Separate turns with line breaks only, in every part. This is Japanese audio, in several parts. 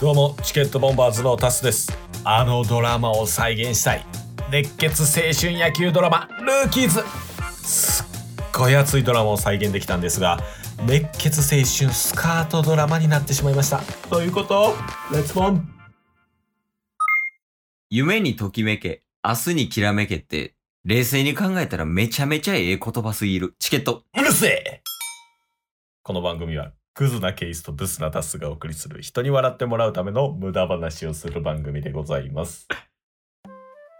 どうもチケットボンバーズのタスですあのドラマを再現したい熱血青春野球ドラマルーキーズすっごい熱いドラマを再現できたんですが熱血青春スカートドラマになってしまいましたということレッツボン
夢にときめけ、明日にきらめけって、冷静に考えたらめちゃめちゃええ言葉すぎる。チケット。
うるせえこの番組はクズなケースとブスなタスがお送りする人に笑ってもらうための無駄話をする番組でございます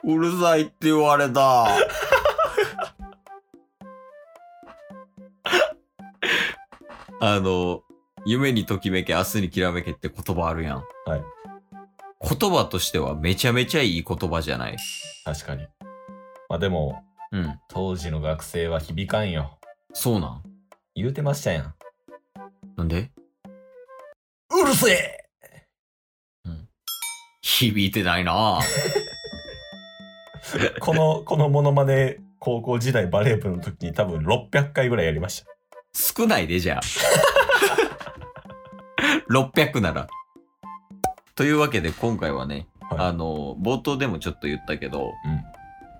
うるさいって言われた。 あの、夢にときめけ、明日にきらめけって言葉あるやん。
はい。
言葉としてはめちゃめちゃいい言葉じゃない。
確かにまあでも
うん。
当時の学生は響かんよ
そうなん。
言うてましたやん
なんで
うるせえ
響いてないなぁ。
この このモノマネ高校時代バレー部の時に多分600回ぐらいやりました
少ないで、じゃあ。600なら。というわけで今回はね、
はい
あの、冒頭でもちょっと言ったけど、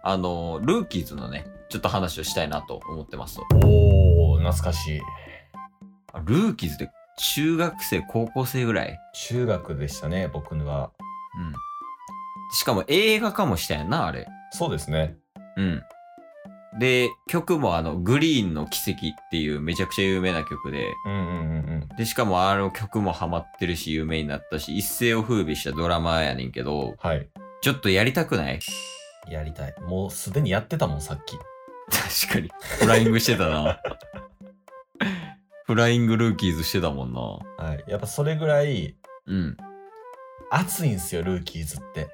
あの、ルーキーズのね、ちょっと話をしたいなと思ってますと。
うんおー懐かしい
あルーキーズで中学生、高校生ぐらい。
中学でしたね僕は
うん。しかも映画化もしたやんな、あれ。
そうですね
うん。で、曲もあの、グリーンの奇跡っていうめちゃくちゃ有名な曲で、
うんうんうんうん
で、しかもあの曲もハマってるし、有名になったし、一世を風靡したドラマやねんけど、
はい
ちょっとやりたくない
やりたいもうすでにやってたもんさっき
確かに。フライングしてた な。フライングルーキーズしてたもんな。
はいやっぱそれぐらい
うん。
熱いんすよルーキーズって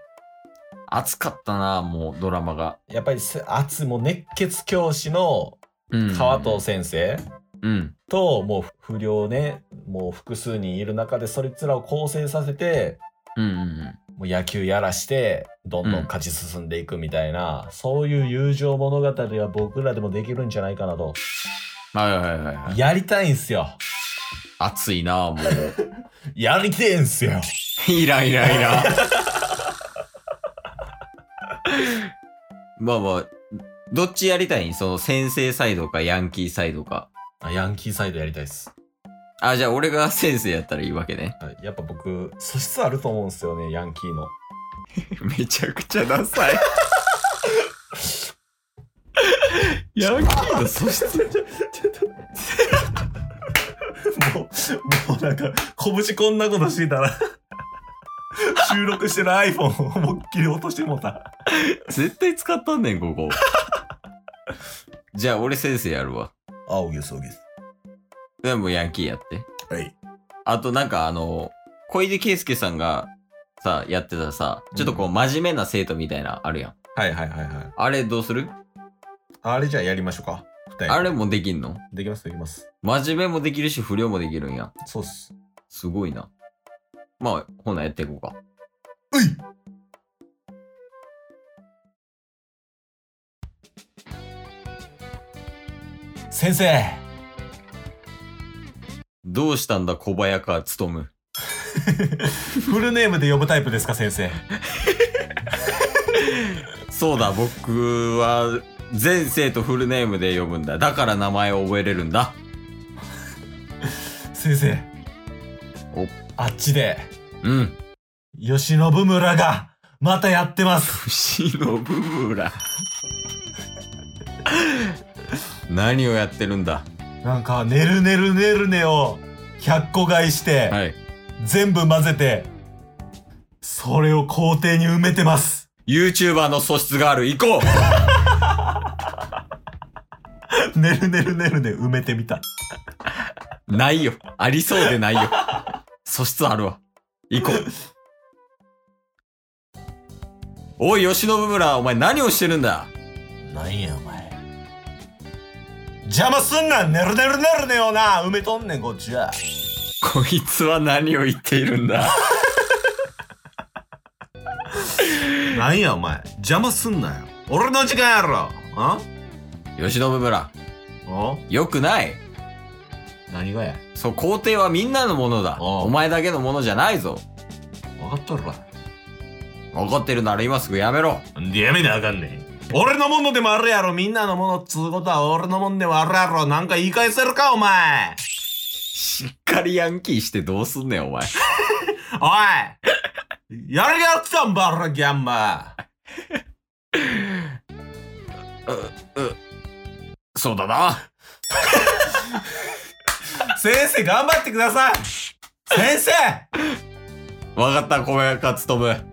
熱かったな、もうドラマが。
やっぱりせ熱いもう熱血教師の
うん。
川藤先生、
うん。
ともう不良ねもう複数人いる中でそいつらを構成させて
うんうんうん。
もう野球やらしてどんどん勝ち進んでいくみたいな、そういう友情物語は僕らでもできるんじゃないかなと
はいはいはいはい。
やりたいんすよ
熱いな、もう。
やりてえんすよ
イライライラ。 まあまあ、どっちやりたいんその先生サイドかヤンキーサイドか。
あヤンキーサイドやりたいっす、
あ、じゃあ俺が先生やったらいいわけね。
はいやっぱ僕素質あると思うんすよねヤンキーの
めちゃくちゃダ サい。ヤンキーの素質。
もうもうなんか拳こんなことしてたら収録してる iPhone を思いっきり落としてもうた
絶対使ったんねん、こ こ。じゃあ俺先生やるわ。
あおげすおげす
でもヤンキーやって。
はい
あとなんかあの、小出圭介さんがさ、やってたさ、ちょっとこう真面目な生徒みたいなあるやん。
はいはいはいはい
あれどうする
あれじゃあやりましょうか。二人
あれもできんの
できますできます。
真面目もできるし不良もできるんや。
そうっす。
すごいな。まあ、ほなやっていこうか。
うい先生
どうしたんだ小早川勤む。
フルネームで呼ぶタイプですか先生
そうだ、僕は全生徒フルネームで呼ぶんだ。だから名前を覚えれるんだ。
先生
お
あっちで
うん。
吉信村がまたやってます
牛のブブ ラ。何をやってるんだ
なんか「ねるねるねるね」を100個買いして、
はい。
全部混ぜてそれを校庭に埋めてます
YouTuber の素質がある。行こう
ねるねるねるね埋めてみた
ないよ。ありそうでないよ。素質あるわ。行 こう。おい、吉野村、お前何をしてるんだ
なんやお前邪魔すんなねるねるねるねよな埋めとんねんこっちは
こいつは何を言っているん だ
なんやお前邪魔すんなよ俺の時間やろあ
吉野村、
お
よくない。
何がや
そう、皇帝はみんなのものだ。
おう
お前だけのものじゃないぞ。
分かっとるわ
怒ってるなら今すぐやめろ
なんでやめなあかんねん俺のものでもあるやろみんなのものっつうことは俺のもんでもあるやろなんか言い返せるかお前
しっかりヤンキーしてどうすんねん、お前。
おいやるやつだんばらギャンバー
そうだな。
先生頑張ってください先生
わかった、小林かつと む。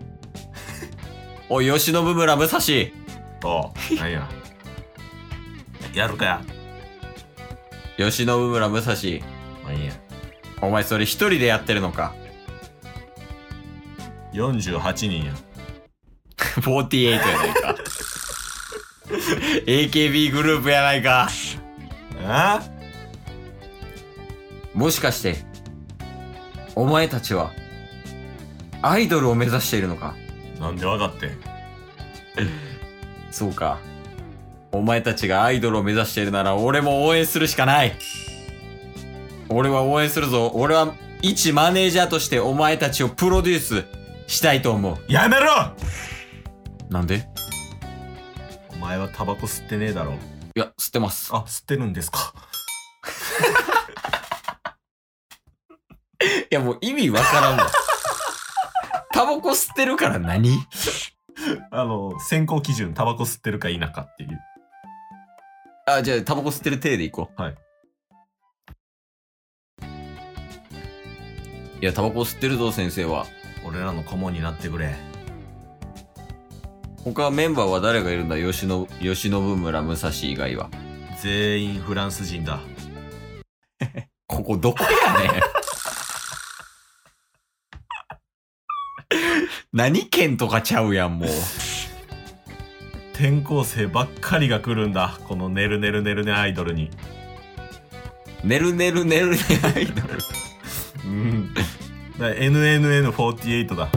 おい、吉野部村武蔵。吉
おうなんややるかや
野部村武蔵。
まあいいや
お前それ一人でやってるのか。
48人や
48やないか。AKB グループやないか。
あ
もしかして、お前たちは、アイドルを目指しているのか。
なんでわかってん
そうか。お前たちがアイドルを目指しているなら俺も応援するしかない。俺は応援するぞ。俺は一マネージャーとしてお前たちをプロデュースしたいと思
やめろ
う。なんで
お前はタバコ吸ってねえだろ
いや、吸ってます。
あ吸ってるんですか
いや、もう意味わから んわ。タバコ吸ってるから何
あの選考基準タバコ吸ってるか否かっていう
あ、じゃあタバコ吸ってる体でいこう。
はい。
いや、タバコ吸ってるぞ、先生は。
俺らの顧問になってくれ
他メンバーは誰がいるんだ吉野、吉野部村武蔵以外は。
全員フランス人だ
ここどこやねん。 何県とかちゃうやん、もう。
転校生ばっかりが来るんだこのねるねるねるねアイドルに
ねるねるねるねアイドル。
うんだ NNN48 だ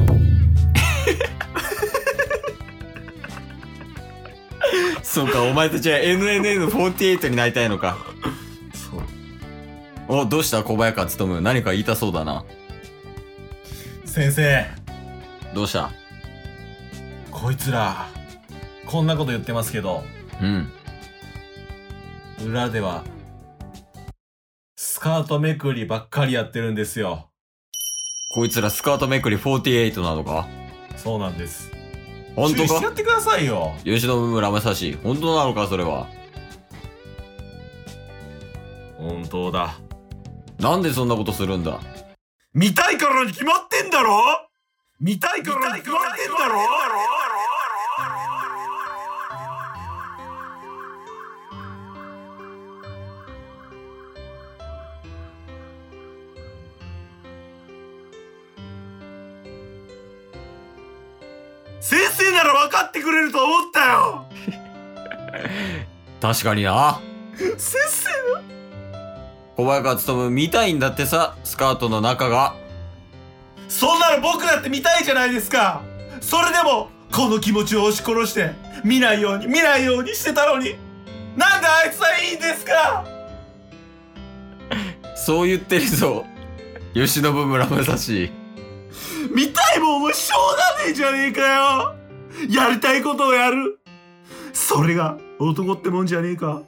そうか、お前たちは NNN48 になりたいのか。
そう
お、どうした小早川努。何か言いたそうだな。
先生
どうした
こいつらこんなこと言ってますけど
うん。
裏ではスカートめくりばっかりやってるんですよ
こいつらスカートめくり48なのか
そうなんです
本当
注意してや
か
ってくださいよ
吉野村武蔵。本当なのかそれは。
本当だ
なんでそんなことするんだ
見たいからに決まってんだろ見たいからに決まってんだろ先生なら分かってくれると思ったよ
確かにな。
先生
小早川努見たいんだってさ、スカートの中が。
そんなの僕だって見たいじゃないですかそれでもこの気持ちを押し殺して見ないように見ないようにしてたのになんであいつはいいんですか
そう言ってるぞ。吉野村武蔵。
見たいもんお前しょうがねえじゃねえかよやりたいことをやるそれが男ってもんじゃねえか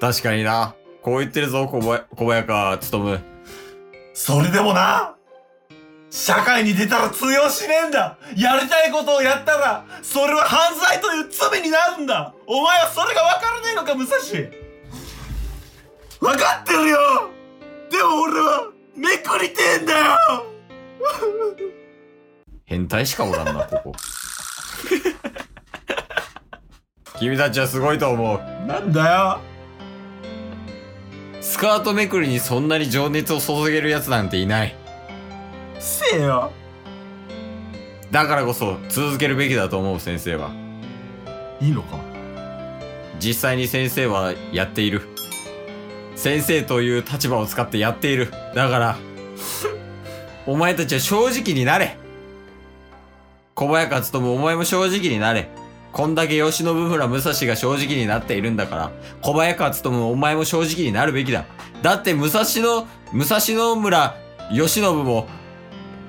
確かにな。こう言ってるぞ、小早小早川努。
それでもな社会に出たら通用しねえんだやりたいことをやったらそれは犯罪という罪になるんだお前はそれが分からないのか武蔵分かってるよでも俺はめくりてえんだよ
変態しかおらんな、ここ。君たちはすごいと思う。
なんだ
スカートめくりにそんなに情熱を注げるやつなんていない。
よせえよ
だからこそ続けるべきだと思う先生は。
いいのか
実際に先生はやっている。先生という立場を使ってやっている。だから、 お前たちは正直になれ小早川努お前も正直になれ。こんだけ吉野村武蔵が正直になっているんだから、小早川努お前も正直になるべきだ。だって武蔵野、武蔵野村吉信も、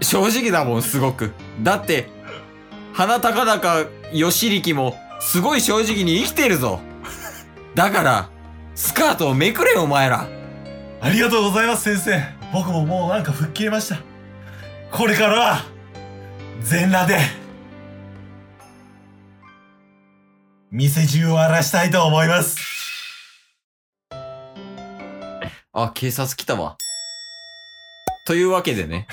正直だもん、すごく。だって、花高々、吉力も、すごい正直に生きてるぞ。だから、スカートをめくれ、お前ら。
ありがとうございます先生僕ももうなんか吹っ切れましたこれからは全裸で店中を荒らしたいと思います
あ、警察来たわ。というわけでね。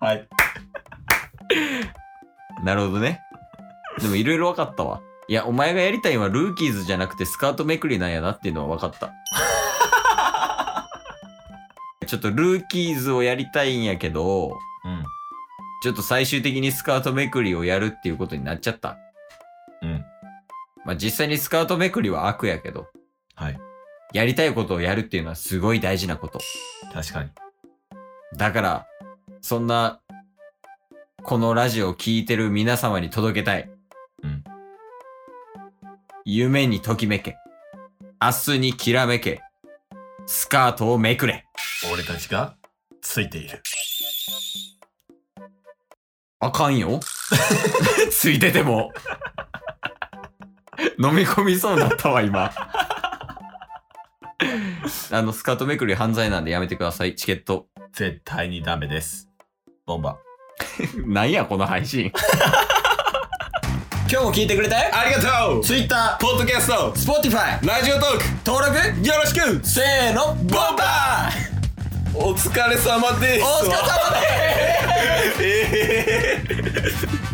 はい
なるほどね。でもいろいろ分かったわ。いや、お前がやりたいのはルーキーズじゃなくてスカートめくりなんやなっていうのは分 かった。ちょっとルーキーズをやりたいんやけど、
うん
ちょっと最終的にスカートめくりをやるっていうことになっちゃった。
うん。
まあ、実際にスカートめくりは悪やけど、
はい
やりたいことをやるっていうのはすごい大事なこと。
確かに
だから、そんな、このラジオを聴いてる皆様に届けたい。
うん。
夢にときめけ。明日にきらめけ。スカートをめくれ。
俺たちがついている
あかんよ。 ついてても。 飲み込みそうになったわ、今。 あの、スカートめくり犯罪なんでやめてください。チケット。
絶対にダメですボンバー
なんや、この配信。 今日も聞いてくれて
ありがとう
Twitter、
ポッドキャスト
Spotify、
ラジオトーク
登録、
よろしく
せーの、ボンバー
お疲れ様です
お疲れ様です
えー